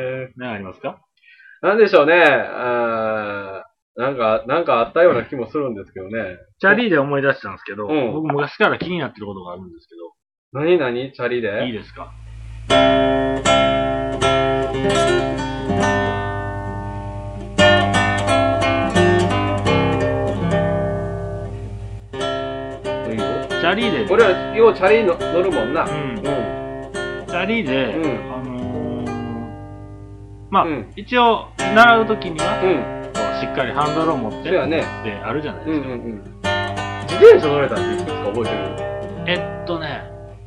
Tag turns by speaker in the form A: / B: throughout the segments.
A: 。何ありますか
B: なんでしょうね。あーなんか、なんかあったような気もするんですけどね。
A: チャリーで思い出したんですけど、
B: うん
A: 僕昔から気になってることがあるんですけ
B: 何何チャリで
A: ど、いいですか
B: いいよ
A: チャリーで、
B: 俺はようチャリの乗るもんな。
A: う
B: うんん。、う
A: チャリーで、
B: うん
A: あのー、まあ、
B: うん
A: 一応、習うときには、
B: ん。
A: こうしっかりハンドルを持って、
B: そうやね
A: ってあるじゃない
B: うんう
A: で
B: ん
A: す
B: う
A: か。
B: ん。自転車乗れたっていつですか覚えてる
A: えっとね、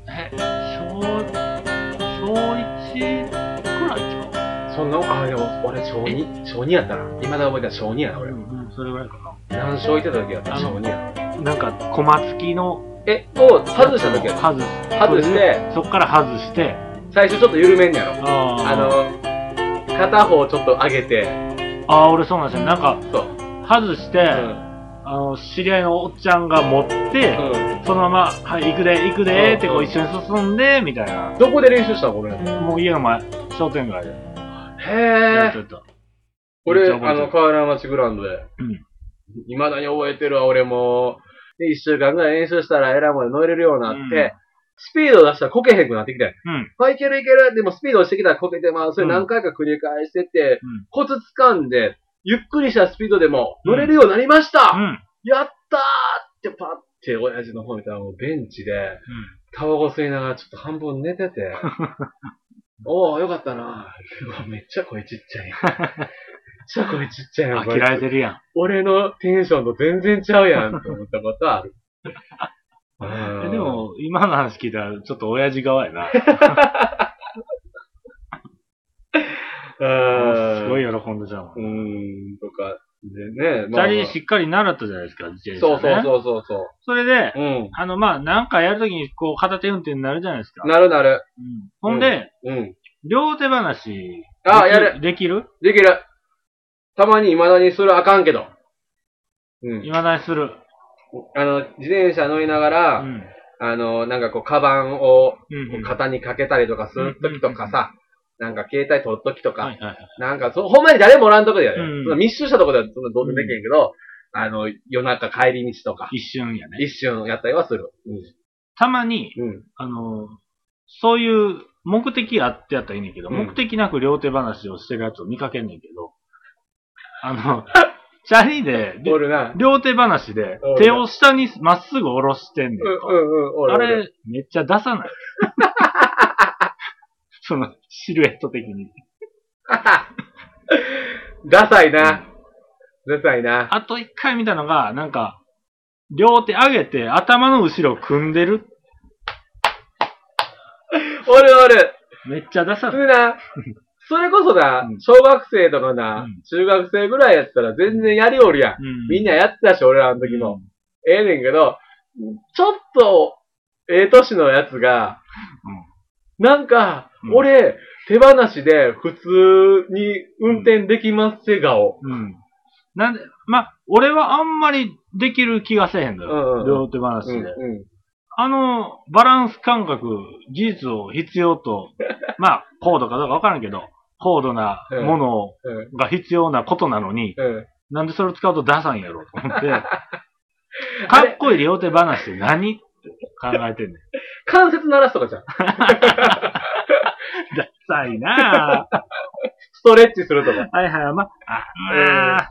A: え、小、小1くらいかな
B: そんな、あ、でも俺小2、小2やったな。未だ覚えてた小2やな、
A: う
B: 俺。
A: ん、うん、それぐらいか
B: 何勝行ってた時やった
A: あの
B: 小2や。
A: な。なんか、コマ付きの
B: え、を外した時やった。
A: 外す。
B: 外して、
A: そっから外して、
B: 最初ちょっと緩めんねやろ。
A: あー
B: あの、片方ちょっと上げて、
A: あー、俺そうなんですよ。なんか、
B: そう。
A: 外して、
B: うん。
A: あの、知り合いのおっちゃんが持って、
B: うん。
A: そのまま、はい、行くで、行く
B: うんう
A: で、
B: ん
A: ってこう一緒に進んで、みたいな。
B: どこで練習したのこれ。へ
A: もう家の前、商店街で。やっ
B: え。
A: てた。
B: 俺、あ
A: めっちゃ覚えてる
B: の、河原町グラウンドで。
A: うん。
B: 未だに覚えてるわ、俺も。で、一週間ぐらい練習したらエラーまで乗れるようになって、
A: うん
B: スピード出したらこけへんくなってきたやん。
A: うん。
B: あ、いけるいけるでもスピード落ちてきたらこけてまう。それ何回か繰り返してて、
A: うん
B: コツ掴んで、ゆっくりしたスピードでも乗れるようになりました、
A: うん。
B: やったーってパッて親父の方見たらもうベンチで、タバコ吸いながらちょっと半分寝てて、 おーよかったなうわめっちゃ声ちっちゃいやん。めっちゃ声ちっちゃいやん。
A: 飽
B: こ
A: き
B: れ
A: られてるやん。
B: 俺のテンションと全然ちゃうやんって思ったことある。
A: え
B: え
A: で、も、今の話聞いたら、ちょっと親父側やな。すごい
B: い。
A: 喜んでたも
B: う。
A: ん
B: ーん、とか、でね、
A: チャリしっかり習ったじゃないですか、自転車、
B: そう
A: ね。
B: そうそうそうそ
A: それで、
B: う。うん。
A: あの、まあ、なんかやるときに、こう、片手運転になるじゃないですか。
B: なるなる。
A: うん、ほんで、
B: うん。
A: 両手話。
B: ああ、
A: でき
B: やる。。
A: できる
B: できる。たまに未だにそれあかんけど。うん。
A: 今だにする。
B: あの、自転車乗りながら、
A: うん。
B: あの、なんかこう、カバンを
A: うん、うん。
B: 肩にかけたりとかするときとかさ、なんか携帯取るときとか
A: は、いはいはい。
B: なんかそう、ほんまに誰もおらんとこでやる。
A: うん
B: その密集したとこではそんなどうでもできへんけど、あの、夜中帰り道とか、
A: 一瞬やね。
B: 一瞬やったりはする。
A: たまに、
B: うん。うん。
A: あの、そういう目的あってやったらいいねんけど、
B: うん
A: 目的なく両手話をしてるやつを見かけんねんけど、あ の、チャリで、
B: おるな。
A: 両手話で
B: うん、
A: 手を下にまっすぐ下ろしてんねん
B: うんうんうん、おる
A: あ
B: おる。
A: れ、めっちゃ出さない その、シルエット的に。
B: ダサいな。ダサいな。
A: あと一回見たのが、なんか、両手上げて頭の後ろを組んでる。
B: おるおる。
A: めっちゃ出さ
B: す
A: な
B: る
A: い。
B: な。それこそな
A: うん、
B: 小学生とかな
A: うん、
B: 中学生ぐらいやったら全然やりおるやん。
A: うん
B: みんなやってたし、俺らの時も。ええねんけど、ちょっと、ええ年のやつが、なんか
A: う、ん
B: 俺、手放しで普通に運転できますせ顔。
A: うん。なんで、まあ、俺はあんまりできる気がせえへんの
B: うん
A: よ。
B: うん
A: 両手話
B: う
A: で、
B: んう
A: あの、バランス感覚、技 術を必要と、まあ、高度かどうかわからんけど、高度なもの
B: んうん
A: が必要なことなのに、
B: うん
A: なんでそれを使うとダサいんやろと 思って、
B: あ
A: か
B: れ
A: っこいい両手話って何って考えてんねん。
B: 関節鳴らすとかじゃん。
A: ダサい なぁ。
B: ストレッチするとか。
A: はいはい、ま、あ、ああ、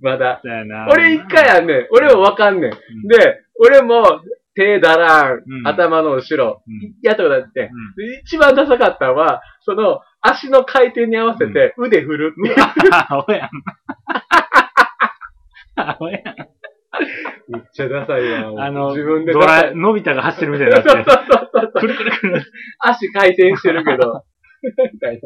B: まだ。
A: だよな
B: 俺一回
A: や。
B: やんねん。俺もわかんねん。
A: ん
B: で、俺も、手だらん
A: う、ん
B: 頭の後ろ、
A: うん
B: やったことあって。
A: うん
B: で一番ダサかったのは、その、足の回転に合わせて腕振るっていう。
A: ア ホやん。アホやん。
B: めっちゃダサいやん。
A: あの、
B: 自分で
A: ド
B: ダサ
A: ラ
B: い。
A: のび太が走ってるみたいになっ
B: そう そう
A: て。
B: そうそう。
A: くるくるくる。
B: 足回転してるけ ど。みたい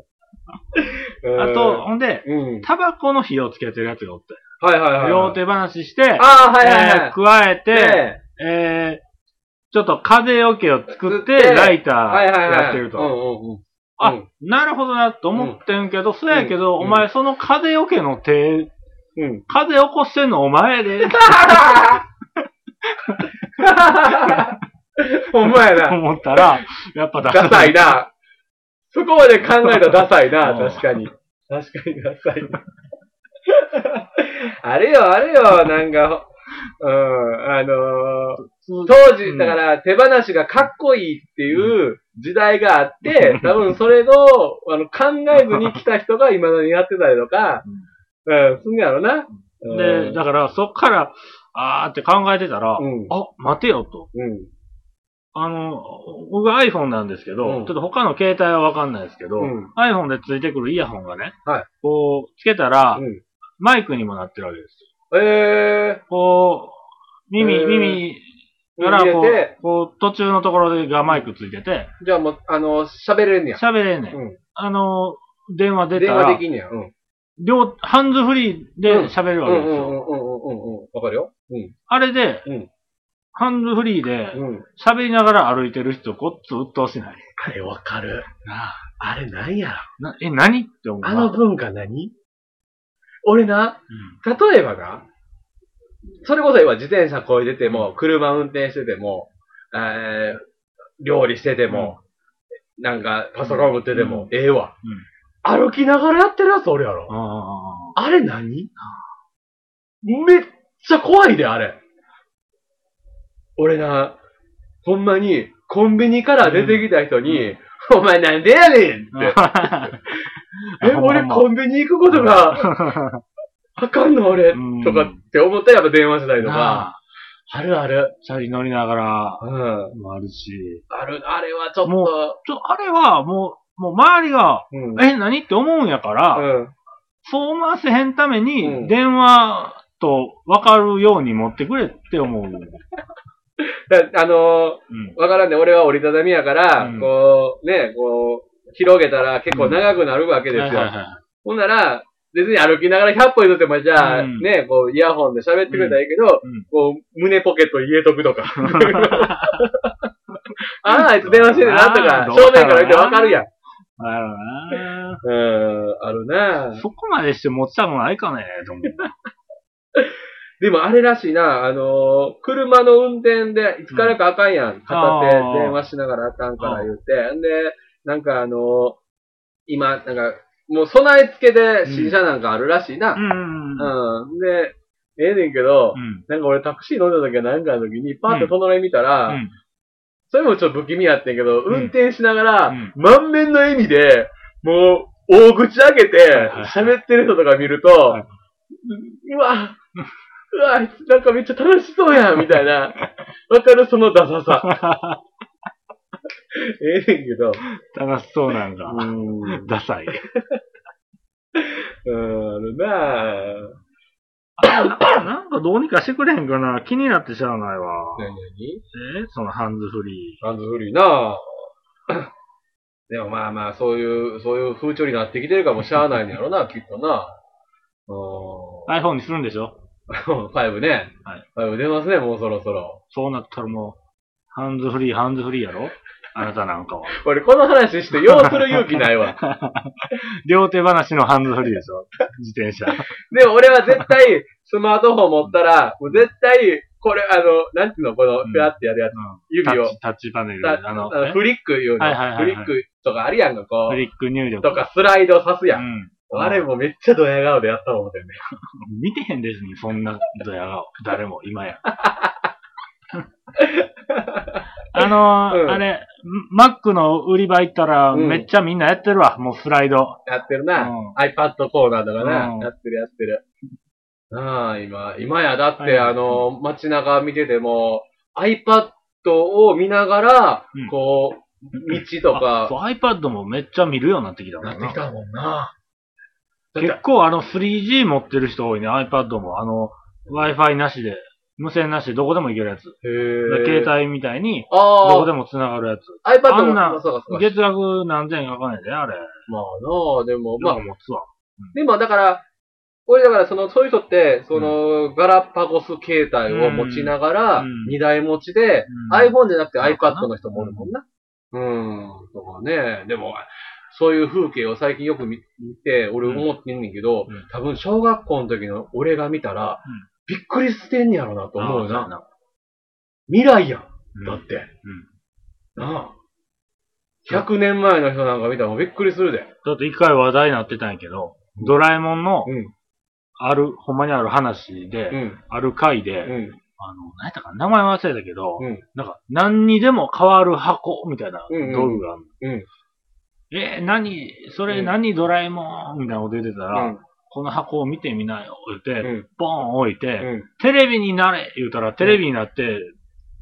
B: な。
A: あと、、ほんで、
B: うん。
A: タバコの火をつけてるやつがおったよ
B: はいはいはい。
A: 両手話して、
B: ああ、はいはいは
A: え
B: い
A: ー。加えて、
B: で
A: えー、ちょっと風よけを作っ
B: 作って
A: て、ライター
B: はいはいはい。
A: やってると。
B: うんうんうん。
A: あ
B: うん
A: なるほどなと思ってんけど、そうやけど、
B: うん
A: お前その風よけの手、
B: うん。
A: 風起こしてんのお前や で、
B: ほんまや
A: と
B: な。
A: 思ったら、やっぱダ
B: ダサ
A: サい。
B: いな。そこまで考えたらダサいな、
A: うん
B: 確かに。確かにダサい。 あれよ、あれよ、なんか、うん、あのー当時、だから、手放しがかっこいいっていう時代があって、多分それを、あの、考えずに来た人が未だにやってたりとか、うん、すんねやろな。
A: で、だから、そっから、あーって考えてたら、
B: うん
A: あ、待てよと。
B: うん。
A: あの、僕 iPhone なんですけど、
B: うん
A: ちょっと他の携帯はわかんないですけど、
B: うん
A: iPhone でついてくるイヤホンがね、
B: はい
A: こう、つけたら、
B: うん
A: マイクにもなってるわけですよ。
B: え
A: こう、
B: え
A: 耳、
B: ー
A: 耳
B: ー、
A: からこ
B: 入れて、
A: う、こう、途中のところがマイクついてて、
B: じゃあもう、あの、喋れんねや。
A: 喋れんねん。
B: うん
A: あの、電話出た
B: 電話
A: ら
B: で、きんねや。うん。
A: 両、ハンズフリーで喋る
B: う
A: わけですよ。
B: んうんうんうんうん。わかるよ。うん。
A: あれで、
B: うん
A: ハンズフリーで
B: うん。
A: 喋りながら歩いてる人、こっつ鬱陶しない。
B: あれわかる。あれなんやろ。
A: なえ、何って思うな。
B: あの
A: うん、
B: 文化何俺な、例えばな、それこそ今自転車こいでても、車運転してても、えー、料理してても、なんかパソコン持ってても、ええわ、歩きながらやってるやつおるやろ。
A: あ
B: あれ何めっちゃ怖いで、あれ。俺な、ほんまに、コンビニから出てきた人に、お前なんでやねんって。
A: ー。
B: え、俺コ
A: ン
B: ンビニ行くことが、
A: が、
B: あかんの俺
A: うん、
B: とかって思ったらやっぱ電話したりとか。
A: なあ
B: あるある。
A: チャリ乗りながら
B: うん。
A: もあるし。
B: ある、あれはちょっ
A: も
B: と。
A: ちょ、あれはもう、もう周りが、
B: うん
A: え、何って思うんやから、
B: うん。
A: そう思わせへんため
B: う
A: に、
B: ん
A: 電話と分かるように持ってくれって思う。う
B: だあの
A: ん
B: ー、わからんね。俺は折りたたみやから、
A: うん
B: こう、ね、こう、広げたら結構長くなるわけですよ。
A: はいはいはい
B: ほんなら、別に歩きながら100歩譲っても、じゃあ、
A: うん
B: ね、こう、イヤホンで喋ってくれたらいいけど、
A: うんうん
B: こう、胸ポケット入れとくとか。 ああ、あいつ電話してるなとか
A: あ、ー
B: 正面から見てわかるやん。
A: なるほどな
B: うん、あるなぁ
A: そこまでして持ちたくないかね、と思う。
B: でもあれらしいな、あのー車の運転で、いつからかあかんやん。片手電話しながらあかんから言って。んで、なんかあのー今、なんか、もう備え付けで新車なんかあるらしいな
A: う。ん。うん。
B: うん。で、ええねんけど、
A: うん。
B: なんか俺タクシー乗った時はなんかの時に、パッと隣見たら、
A: うん
B: それもちょっと不気味やってんけど、
A: ん
B: 運転しながら、
A: うん
B: 満面の笑みで、もう、大口開けて
A: はい、
B: 喋ってる人とか見ると、
A: はいう
B: うわ、うわ、あいつなんかめっちゃ楽しそうやん、みたいな。わかるそのダサさ。ええねんけど。
A: 楽しそうなんか
B: う。ん。うん、
A: ダサい。
B: あるなぁ。
A: なんかどうにかしてくれへんかな。気になってしゃあないわ。
B: 何何
A: えそのハンズフリ
B: ハンズフリーなぁ。 でもまあまあ、そういう、そういう風潮になってきてるからもうしゃあないんやろな、きっとな。う
A: ー。iPhone にするんでしょ
B: ーん。5ね。
A: はい。
B: 5出ますね、もうそろそろ。
A: そうなったらもう、ハンズフリー、ハンズフリーやろあなたなん かは。
B: 俺、この話して、ようする勇気ないわ。
A: 両手話のハンズフリーでしょ自転車。
B: でも俺は絶対、スマートフォン持ったら、もう絶対、これ、あの、なんていうの、この
A: う、ん
B: ぴゃってやるやつ。
A: タ
B: 指
A: ッ
B: を
A: チ、タッチパネル。
B: た
A: あの、
B: あの
A: え
B: フリックいう
A: はいはいはい
B: の。フ
A: はい
B: リックとかあるやんか、こ
A: フ
B: う。
A: リック入力。
B: とか、スライドさすや。
A: うんん。
B: あれもめっちゃドヤ顔でやったと思ってんね。
A: 見てへんですね、そんなドヤ顔。誰も、今 や。あのー
B: うん
A: あれ、マックの売り場行ったら、
B: うん
A: めっちゃみんなやってるわ、もうスライド。
B: やってるな。
A: うん
B: iPad コーナーとかな、
A: うん
B: やってるやってる。ああ、今、今やだって、
A: はいはい
B: あの、街中見てても、iPad を見ながら、
A: うん
B: こう、道と
A: あそ
B: か、
A: う iPad もめっちゃ見るようになってきたもん
B: な
A: な
B: ってきたもんな。だって
A: 結構あの 3G 持ってる人多いね、iPad も。あの、Wi-Fi なしで、無線なしでどこでも行けるやつ。
B: へー
A: 携帯みたいに、ど
B: あ
A: こでも繋がるやつ。
B: あ、iPad
A: あ
B: も、
A: んな
B: そうかそうか。
A: 月額何千円かかんないで、あれ。
B: まあなあ、でも、ま
A: ま
B: あ
A: あ、、持つわ。
B: でもだから、俺だから、その、そういう人って、その、ガラパゴス携帯を持ちながら
A: うん、
B: 二台持ちで、
A: うん
B: iPhone じゃなくて
A: なのかな
B: iPad の人もおるもんな。うん、とかね。でも、そういう風景を最近よく見見て、俺思ってんねんけど、
A: うん
B: 多分小学校の時の俺が見たら、
A: うん
B: びっくりしてんねやろなと思うよ
A: あそう
B: な。
A: やな
B: 未来やん。だっ
A: うん
B: て。なあ。100年前の人なんか見たらもうびっくりするで。
A: ちょっと一回話題になってたんやけど、ドラえもんの、
B: うん。
A: ある、ほんまにある話で、
B: うん。
A: ある回で、
B: うん。
A: あの、何やったかな名前忘れたけど、
B: うん
A: なんか、何にでも変わる箱みたいな
B: うんうん
A: 道具がある。
B: うん
A: えー、何、それ
B: うん
A: 何、ドラえもんみたいなこと言ってたら、この箱を見てみなよ、言
B: う
A: って、
B: ん。
A: ポン置いて、
B: うん。
A: テレビになれ言うたら、テレビになって、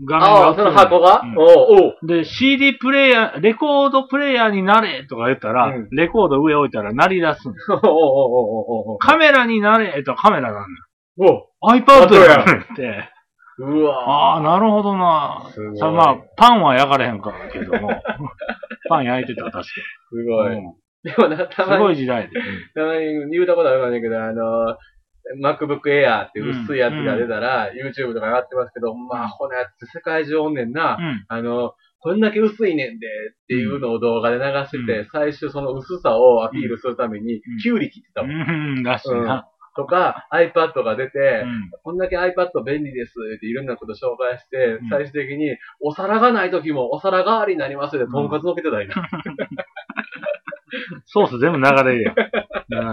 A: 画面
B: あ
A: が
B: あ、その箱が
A: うん
B: おうおう。
A: で、CD プレイヤー、レコードプレイヤーになれとか言ったら、
B: うん
A: レコード上置いたら鳴り出す
B: お
A: ん
B: うおうおうおうおうおう。
A: カメラになれとカメラなん
B: おう
A: だ。iPad やんって。
B: う
A: ああ、
B: わ
A: なるほどな。
B: すごい
A: さまあ、パンは焼かれへんからけ ども。パン焼いてた、確か
B: すご
A: に。
B: い。
A: うん
B: でもな、た
A: す
B: ま
A: ご
B: に、
A: い時代で。
B: たまに言うたことあるかもしれんけど、あの、MacBook Air っていう薄いやつが出たら、YouTube とか上がってますけど、まあ、このやつ世界中おんねんな。
A: うん。
B: あの、こんだけ薄いねんでっていうのを動画で流してて、
A: う
B: 最終その薄さをアピールするために、キュウリ切ってたもん。
A: うん、らしいな。
B: とか、iPad が出て、
A: うん。
B: こんだけ iPad 便利ですっていろんなこと紹介して、
A: うん
B: 最終的に、お皿がない時もお皿代わりになりますって、とんかつのけてた りな。
A: ソース全部流れるやん。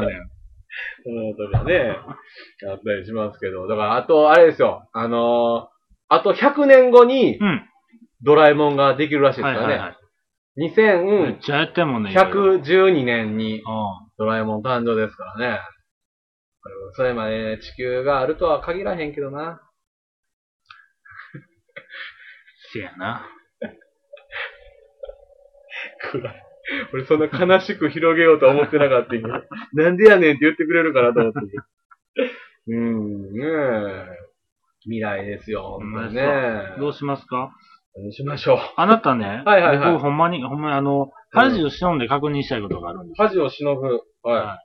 A: 流れる。
B: うん、とかね、やったりしますけど。だから、あと、あれですよ、あのーあと100年後に
A: うん。
B: ドラえもんができるらしいです
A: は
B: か
A: い
B: ら
A: はい
B: ね
A: は。い。めっ
B: 2112
A: ちゃやってんもんね。うん。
B: 年にドラえもん誕生ですからね。それまで地球があるとは限らへんけどな。
A: せやな。
B: 暗い。俺そんな悲しく広げようとは思ってなかったんやなんでやねんって言ってくれるかなと思ってんけど。うーん、ねえ。未来ですよ、ほんまにね。
A: どうしますか
B: 何しましょう。。
A: あなたね
B: はいはいはい
A: 僕ほんまに、ほんまにあの、恥を忍んで確認したいことがあるんです。
B: 恥を忍ぶ。は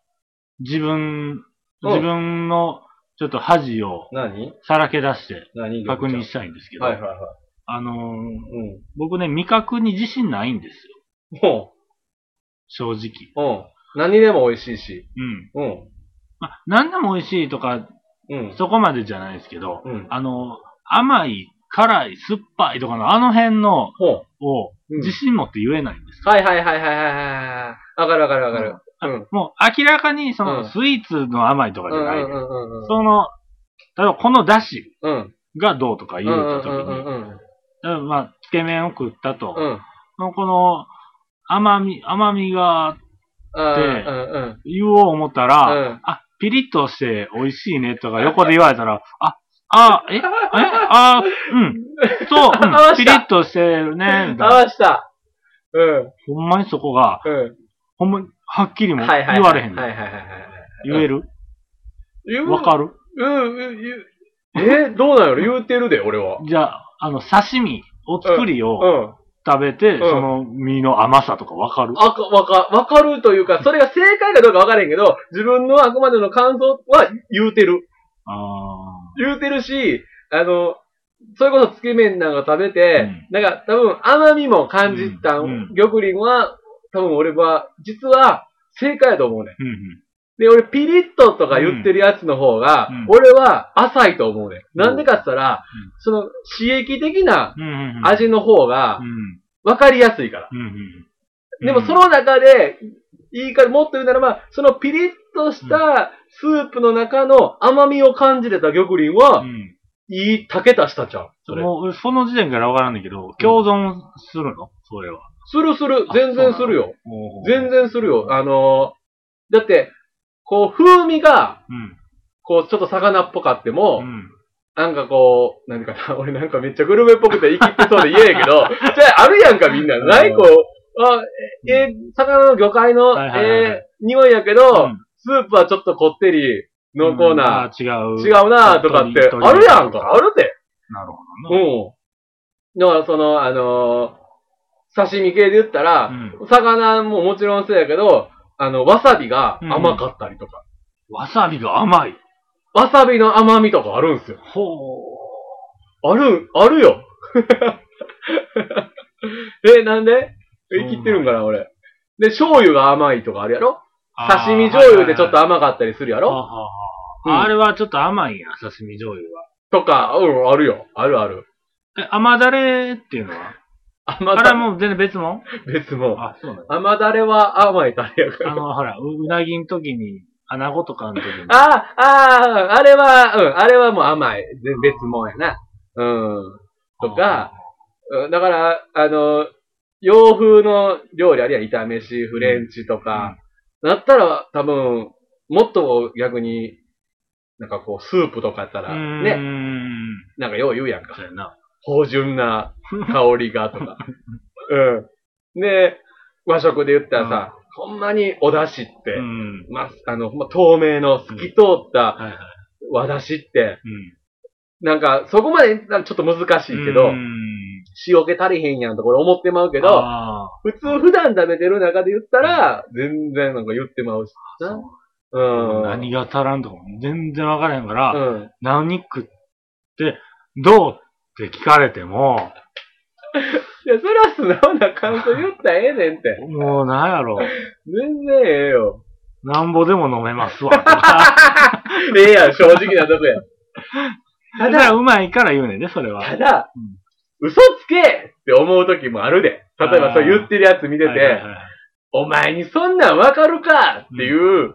A: 自分、
B: うん
A: 自分のちょっと恥を
B: い。何
A: さらけ出して
B: 何
A: 確認したいんですけど、
B: はいはいは
A: あのー
B: い。うん。
A: 僕ね、味覚に自信ないんですよ。
B: も
A: 正直。
B: う、うん。何でも美味しいし。
A: うん。
B: うん。
A: まあ、何でも美味しいとか、
B: うん。
A: そこまでじゃないですけど、
B: うん。
A: あのー甘い、辛い、酸っぱいとかのあの辺の
B: ほう。
A: を
B: うん
A: 自信持って言えないんです。
B: はいはいはいはいはいはいはい。わかるわかるわかる。うん。
A: もう明らかにその
B: うん
A: スイーツの甘いとか
B: う
A: じゃ
B: んう
A: ない。
B: んうんうん。
A: その、例えばこの出汁
B: うん。
A: がどうとか
B: う
A: 言
B: んう
A: うんた時
B: うんうんうん。
A: に、例えばまあ、つけ麺を食ったと、
B: うん。
A: のこの甘み、甘みが
B: うんうん。
A: 言おう思ったら、
B: うん
A: あ、ピリッとして美味しいねとか横で言われたら、あ、あ、え、え、あ、うん、そう、
B: 合わ
A: う
B: せた
A: ん、ピリッとしてるね、みたい
B: 合
A: な
B: わした。うん。
A: ほんまにそこが、
B: う
A: ほんまにはっきり
B: ん。
A: も
B: はいはい。
A: 言われへんの。
B: はいはいはいはい
A: 言える
B: 言う。
A: わかる
B: うん、うん、言う。えどうなの言うてるで、俺は。
A: じゃあ、あの、刺身、お作り
B: う
A: を
B: ん。
A: 食べて、
B: ん
A: その身の甘さとかわかる
B: あか、わか、わかるというか、それが正解かどうかわからへんけど、自分のあくまでの感想は言うてる。
A: あ
B: 言うてるし、あの、それこそつけ麺なんか食べて、なんか多分甘みも感じた、
A: うんうん
B: 玉林は、多分俺は、実は正解やと思うねん。
A: ーうんうん。
B: で、俺、ピリッととか言ってるやつの方が、
A: うんうん
B: 俺は浅いと思うね。
A: うん
B: なんでかって言ったら、
A: うん
B: その刺激的な
A: うんうんうん。
B: 味の方
A: う
B: が
A: ん。
B: 分かりやすいから。
A: うんうんうん。
B: でも、その中で、いいから、もっと言うならば、そのピリッとしたスープの中の甘みを感じれた玉林
A: う
B: は、
A: ん、
B: いい竹足したちゃん。それ。
A: もう、その時点からわからんだけど、共存するのそれは。
B: するする
A: あ。
B: 全然するよ。全
A: 然。
B: 然するよ。あのーだって、こう、風味が、こう、ちょっと魚っぽかっても、
A: うん。うん。
B: なんかこう、なんかな、 俺なんかめっちゃグルメっぽくて生きてそうで嫌やけど、 じゃああるやんかみんな。
A: うん
B: ないこう、あ、ええ、魚の魚介の、
A: はいはいはいは
B: え
A: い
B: ー匂いやけど、スープはちょっとこってり、濃厚な、
A: うん。あー違う。
B: 違うなとかって、
A: 鳥
B: あるやんか、あるで。
A: なるほど
B: うん。だか
A: な。
B: らその、あのー刺身系で言ったら、
A: う
B: 魚ももちろんそうやけど、あの、わさびが甘かったりとか、
A: わさびが甘い。
B: わさびの甘みとかあるんすよ。
A: ほ
B: ある、あるよ。 え、なんで
A: そうな
B: 生
A: ん
B: きってるんかな、俺。で、醤油が甘いとかあるやろ
A: う。
B: 刺身醤油でちょっと
A: 甘い
B: 甘かったりするや
A: や
B: ろうん
A: あれはちょっと甘いんや、刺身醤油は。
B: とか、うん、あるよ。あるある。
A: え、甘だれっていうのはあ
B: 甘
A: れは
B: だ
A: もう全然別もん
B: れ、別も。
A: あ、そうなの
B: 甘だれは甘いタレやか
A: あ
B: ら。
A: の、ほら、ううなぎの時に穴子とかの時に。
B: ああ、ああ、あれは、うん、あれはもう甘い。で別物やな。うん。とか、うんだから、あの、洋風の料理あるいは炒めし、フレンチとか、だったら多分、もっと逆に、なんかこう、スープとかやった
A: う
B: ら、
A: ん、うー
B: ね、
A: ん。
B: なんかよう言うやん
A: そう
B: か。
A: やな。
B: 芳醇な香りがと か。うん。で、和食で言ったらさ、ほんまにお出汁って、
A: うん。
B: まあ、あの、ほんま透明の透き通った
A: はいはい。
B: 和出汁って、
A: うん。
B: なんか、そこまでなんかちょっと難しいけど、
A: うん。
B: 塩気足りへんやんとこれ思ってまうけど、
A: あ
B: 普通普段食べてる中で言ったら、全然なんか言ってまうしな。う
A: ー
B: ん。
A: 何が足らんとかも全然わからへんから、
B: うん。
A: 何食って、どうって聞かれても、
B: いや、それは素直な感想言ったらええねんって。
A: もうなんやろ、
B: 全然ええよ。
A: なんぼでも飲めま すわ、とか。
B: ええやん、正直なとこや。
A: た
B: た
A: だ、
B: だ
A: うまいから言うねんね、それは。
B: ただ、
A: うん
B: 嘘つけって思う時もあるで。例えばそう言ってるやつ見て
A: はいはい
B: て、
A: はい
B: お前にそんなんわかるかっていう、
A: うん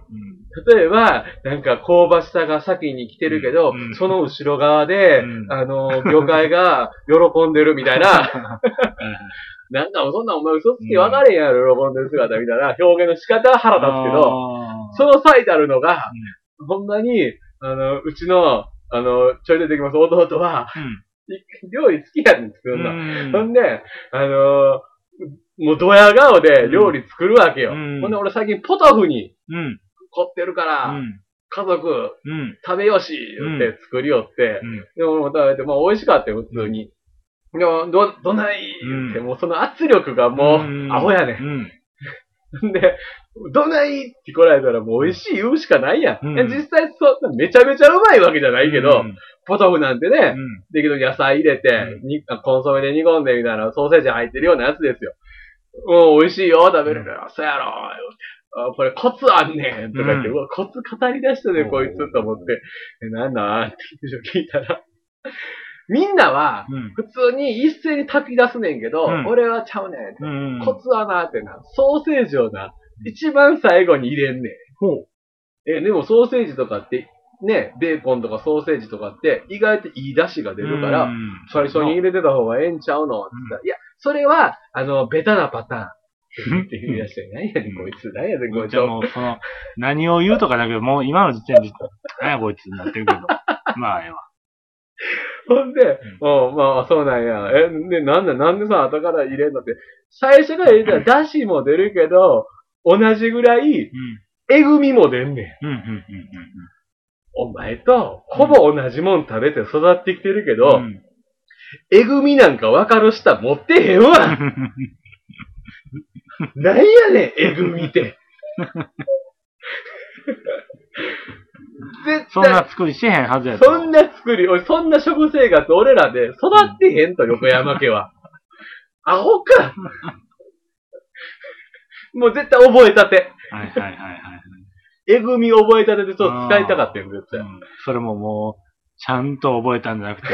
B: 例えば、なんか香ばしさが先に来てるけど、
A: うん
B: その後ろ側で、
A: うん
B: あの、業界が喜んでるみたい な、なんかそんなんお前嘘つけわかれへんやろ、喜んでる姿見たら、表現の仕方は腹立つけど、その最たるのが、ほんまに、あの、うちの、あの、ちょい出てきます弟は、い料理好きやねん、作
A: う
B: るの。
A: ん。
B: ほんで、あのーもうドヤ顔で料理作るわけよ。
A: うん
B: ほんで、俺最近ポトフに
A: うん。
B: 凝ってるか
A: う
B: ら、
A: ん。
B: 家族
A: うん。
B: 食べよし言って作りよって、
A: うん
B: でも俺も食べて、まあ美味しかったよ、普通に。でも、ど、どない言って、
A: うん
B: もうその圧力がも
A: う
B: う、
A: ん
B: アホやねん。
A: うん。
B: ん、 で、どないって来られたらもう美味しい言うしかないやん。
A: うん
B: いや実際そう、めちゃめちゃうまいわけじゃないけど、
A: うん
B: ポトフなんて
A: う
B: ね、
A: ん。
B: で、けど野菜入れて、にコンソメで煮込んでみたいな、ソーセージ入ってるようなやつですよ。うん、美味しいよ、食べるから、そうやろ、言うてあこれコツあんねんとか言って、
A: う
B: うわ、コツ語り出したね、
A: おう
B: こいつと思って、え、なんなんって聞いたら、みんなは、
A: うん。
B: 普通に一斉に炊き出すねんけど、
A: うん
B: 俺はちゃうねん。
A: うん。
B: コツはなってな、ソーセージをな、一番最後に入れんねん。
A: ほ
B: え、でもソーセージとかって、ね、ベーコンとかソーセージとかって、意外といい出汁が出
A: う。
B: るから、
A: うん、
B: 最初に入れてた方がええんちゃうのって言ったら、いや、それは、あの、ベタなパターン。って言い出して、何やねん、こいつ。何やねん、こいつ
A: じゃ。あもう、その、何を言うとかだけど、もう今の時点で、何やこいつになってるけど。 まあ、ええわ。
B: ほんで、うん、まあ、そうなんや。え、で、なんだ、なんでさ、後から入れんのって。最初から入れたら、だしも出るけど、同じぐらい、えぐみも出んねん。
A: うん。うん、うん、うん、
B: お前と、ほぼ同じもん食べて育ってきてるけ
A: うん。
B: ど、
A: ん。
B: えぐみなんか分かる舌持ってへんわ。なんやねん、えぐみ って。絶
A: そん
B: 対、
A: な作りしてへんはずやと。
B: そんな作り、俺、そんな食生活、俺らで育ってへんと、横山家は。アホ か。もう絶対覚えたて。
A: はいはいはいはい。
B: えぐみ覚えたてでちょっと使いたかったよ、絶対
A: う。んそれももう、ちゃんと覚えたんじゃな くて、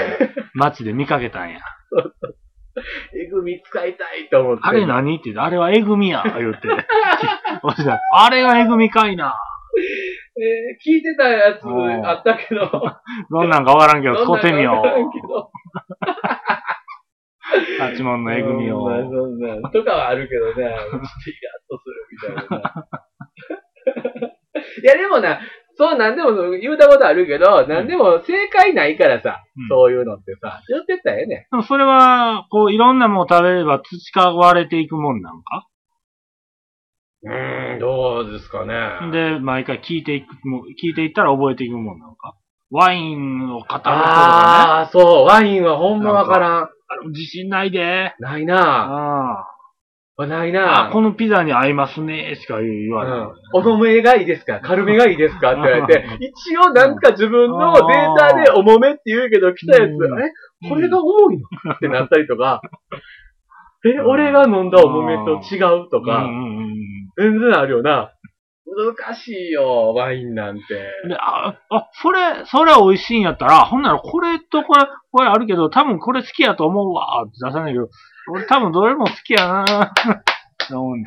A: 街で見かけたんや。
B: えぐみ使いたいと思って。
A: あれ何って言って、あれはえぐみや、言って。 おっしゃるあれがえぐみかいな。
B: えー聞いてたやつあったけど。
A: どんなんかわからんけど、使
B: そん
A: うてみよ
B: なんわからんけど
A: う。八門のえぐみを。
B: そんなそんなとかはあるけどね、ちょっとイラッとするみたいな。 いや、でもな、そうなんでも言うたことあるけど、なんでも正解ないからさ、
A: うん
B: そういうのってさ、言ってったらええね
A: でもそれは、こう、いろんなもの食べれば培われていくもんなんか
B: ん。うん、どうですかねで、
A: で、毎回聞いていくも、聞いていったら覚えていくもんなんかワインを語るとかね。
B: ああ、そう、ワインはほんまわからん。
A: あの自信ないで。
B: ないな
A: あ
B: ぁ。ない
A: あ
B: な
A: あ、
B: ぁ。
A: このピザに合いますね、しか言わ
B: う
A: ない
B: ん。おのめがいいですか軽めがいいですかって言われ て、一応なんか自分のデータでおもめって言うけど来たやつ、
A: うん
B: えこれが多いのってなったりと か、え、俺が飲んだおもめと違うと
A: う
B: か、
A: んうんうん
B: 全然あるよな。難しいよ、ワインなんて。
A: うん、であ、あ、それ、それ美味しいんやったら、ほんならこれとこれ、これあるけど、多分これ好きやと思うわ、って出さないけど、俺多分どれも好きやな って思うね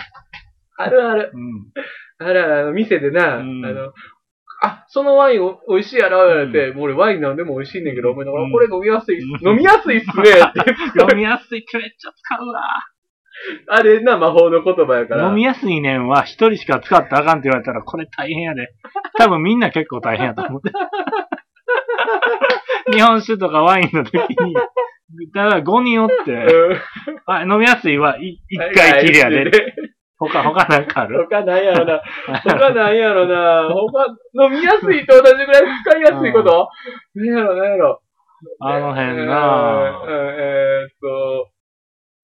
B: あるある。
A: うん。
B: あるある、店でな、
A: うん
B: あの、あ、そのワインお美味しいやろ言われて、もう俺ワインなんでも美味しいねんけど、お前の、
A: うん
B: これ飲みやすい、
A: うん
B: 飲みやすいっすねって。
A: 飲みやすい、めっちゃ使うわ。
B: あれな、魔法の言葉やから。
A: 飲みやすいねんは一人しか使ったらあかんって言われたら、これ大変やで。多分みんな結構大変やと思って。 日本酒とかワインの時に、ただ5人おって、
B: うん
A: あ飲みやすいは1回きりやで。。他、他なんかある
B: 他なんやろな。他なんやろな。他、飲みやすいと同じぐらい使いやすいことなんやろなんやろ。
A: あの
B: えー
A: 辺
B: う
A: な
B: え
A: ん
B: ーっと、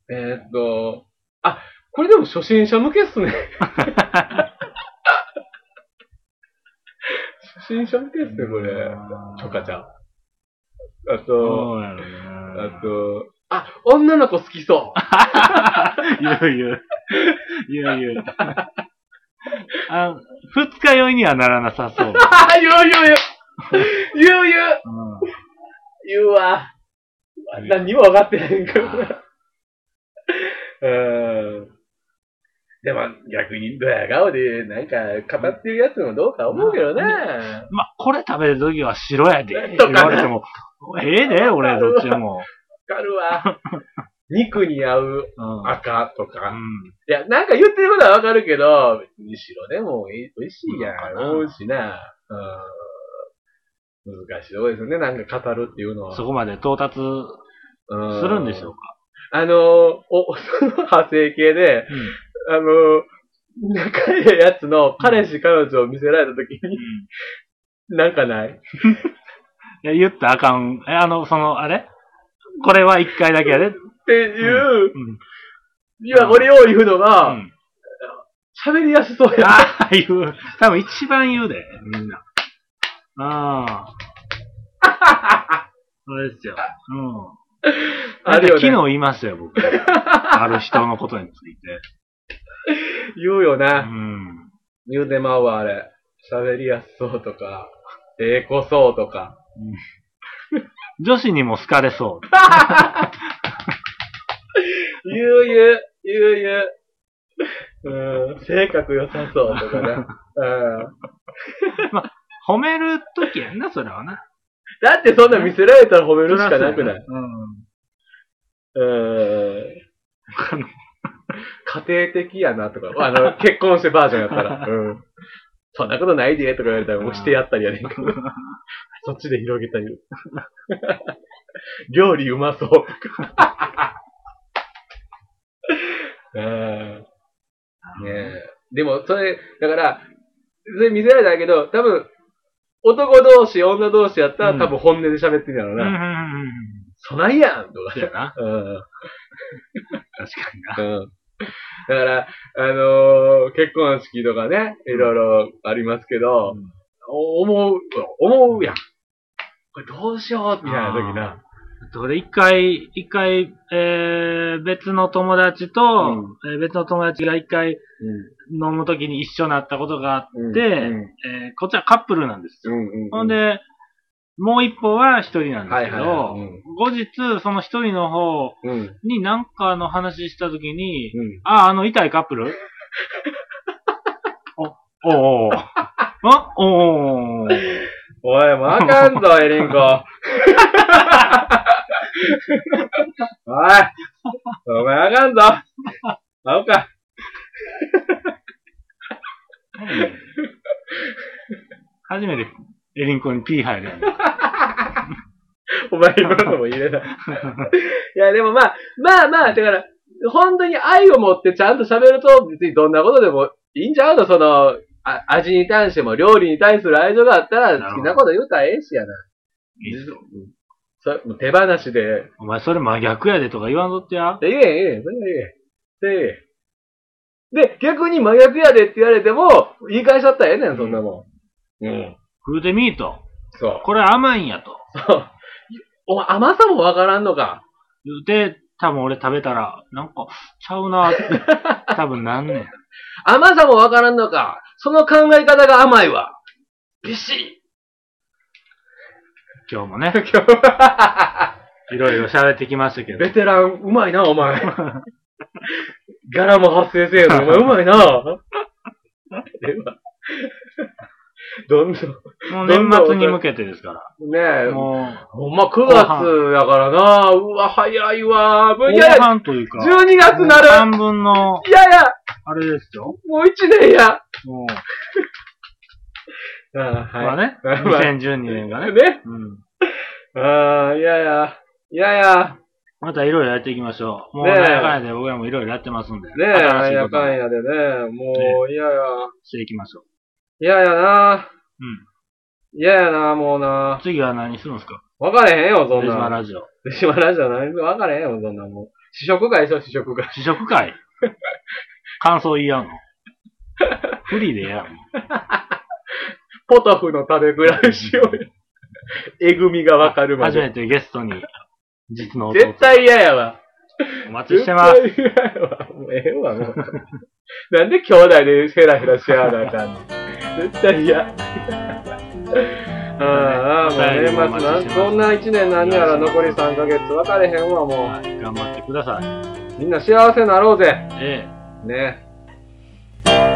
B: えーっと、あ、これでも初心者向けっすね。初心者向けっすね、これ。チョカちゃん。あと、
A: そうやろ
B: あ
A: な。
B: と、あ、女の子好きそう。
A: 言う言う。言う言う。あ二日酔いにはならなさ そ
B: 言う
A: う。
B: 言う言う。言う言う。言うわ。
A: うん
B: 何にも分かってへんから。うん。でも、逆にドヤ顔で、なんか、語ってるやつもどうか思うけどね。
A: まあ、これ食べるときは白やで、
B: とか
A: 言われても、ええで、俺、どっちでも。
B: わかる わ。肉に合う
A: うん。
B: 赤と
A: う
B: か。
A: ん
B: いや、なんか言ってることはわかるけど、むしろでもいい美味しいや
A: うん
B: ん。美味しいな。うん。難しいとこですよね。なんか語るっていうのは。
A: そこまで到達す
B: うん
A: るんでしょうか。
B: あのー、お、 その派生系で、あのー、仲いいやつの彼氏彼女を見せられた時に、なんかない
A: うんいや言ったらあかん。え、あの、その、あれこれは一回だけやで。うん。
B: っていう、
A: うん
B: 今俺を言うの
A: あ、
B: が、喋りやすそうや。
A: あ、言う。多分一番言うで、みんな。 ああ。それですよ。うん。
B: あるよね
A: 昨日言いましたよ、 僕。ある人のことについて。
B: 言うよ
A: う
B: な。
A: ん。
B: 言うてまうわ、あれ。喋りやすそうとか、ええこそうとか。
A: 女子にも好かれそう。
B: 言う言う、言う言う。うん、性格良さそうとか ね。うん。
A: 褒めるときやんな、それはな。
B: だってそんなん見せられたら褒めるしかなくない
A: うん。
B: うー
A: あ
B: ん。家庭的やなとか、あの、結婚してバージョンやった ら、うん。そんなことないでとか言われたら、もうしてやったりやねんけど。そっちで広げたり。 料理うまそうとか。うんねえ。でも、それ、だから、それ見せられたけど、多分、男同士、女同士やった
A: うん
B: ら、多分本音で喋ってんやろ
A: うんう
B: な。
A: んうん。
B: そないやんとか
A: そう。やな。
B: うん。
A: 確かにな。
B: うんだから、あのー結婚式とかね、いろいろありますけど、
A: うん
B: お思う、思うやん。これどうしようみたいな時な。
A: 俺一回、一回、えー、別の友達と、えー別の友達が一回飲むときに一緒になったことがあって、
B: うん
A: で
B: うん
A: えーこっちはカップルなんです
B: う
A: よ。
B: んうんうん
A: ほんで、もう一方は一人なんですけ
B: はいはい
A: ど、
B: はいうん
A: 後日、その一人の方
B: うんうん
A: に何かの話したときに、あ、あの、痛いカップル お、おーおー。あ、おー。
B: おい、もうあかん ぞ、エリンコ。おい、お前あかんぞ。会おうか。
A: 初めてエリンコにピー入るやん。
B: お前今のも入れた。いや、でもまあ、まあまあ、だから、本当に愛を持ってちゃんと喋ると、別にどんなことでもいいんちゃうのその、あ味に対しても、料理に対する愛情があった
A: なる
B: ら、
A: ほ
B: 好
A: ど
B: きなこと言うたらええしやな。うんそれもう手放しで、
A: お前それ真逆やでとか言わんとってや。
B: ええええ、それはええ。で、ええで、逆に真逆やでって言われても、言い返しちゃったらええねん、そんなもん。うん。
A: 食うてみーと。
B: そう。
A: これ甘いんやと。
B: そう。お前甘さもわからんのか。
A: 言うて、多分俺食べたら、なんか、ちゃうな って。多分なんねん。
B: 甘さもわからんのか。その考え方が甘いわ。びっしり。
A: 今日もね。
B: 今日は
A: いろいろ喋ってきましたけど。
B: ベテラン、うまいな、お前。 柄も発生せえの、お前、うまいな。では。どんどん、ね
A: もう年末に向けてですか
B: え
A: ら。、も
B: ほんま9月やからな、うわ、早いわ、
A: う、
B: もう
A: 後
B: 嫌や、
A: 半というか、
B: 12月なる、
A: 半分の、
B: 嫌や、
A: あれですよ。
B: もう1年や。
A: もう、
B: ああ
A: まあ
B: い。
A: ね、
B: まあ
A: 2012年がね。
B: ね。
A: うん。
B: ああ、嫌や、嫌や、
A: またいろいろやっていきましょう。もう、
B: ねえ
A: なんやかんやで僕らもいろいろやってますんで。
B: ねえ、
A: 新
B: あ
A: しいこ
B: や
A: と
B: かん
A: も
B: やでね、もう嫌や、
A: していきましょう。
B: 嫌やな、
A: うん。
B: 嫌やな、もうな。
A: 次は何するんですか
B: わかれへんよ、そ
A: 手
B: ん
A: 島
B: なん。
A: ラジオ。
B: 手島ラジオ何もわかれへんよ、そんなんもう。試食会しよう、試食会。
A: 試 食会感想言い合うのフリーでやる
B: ポトフの食べ比べしよ うよ。えぐみがわかる
A: の
B: ま
A: 初
B: で。
A: めてゲストに、実の弟
B: 絶対嫌やわ。
A: お待ち
B: 絶
A: し
B: 対
A: てます。
B: 嫌やわ。もうええわ、もう。 なんで兄弟でヘラヘラし合わなあかんの絶対嫌。 ああ、もう
A: お便りもお
B: 年末な
A: 待ちしてます
B: ん、そんな1年何やら残り3ヶ月分かれへんわ、も
A: はい頑張ってください。
B: う。みんな幸せになろうぜ。
A: ええ
B: ね。
C: 「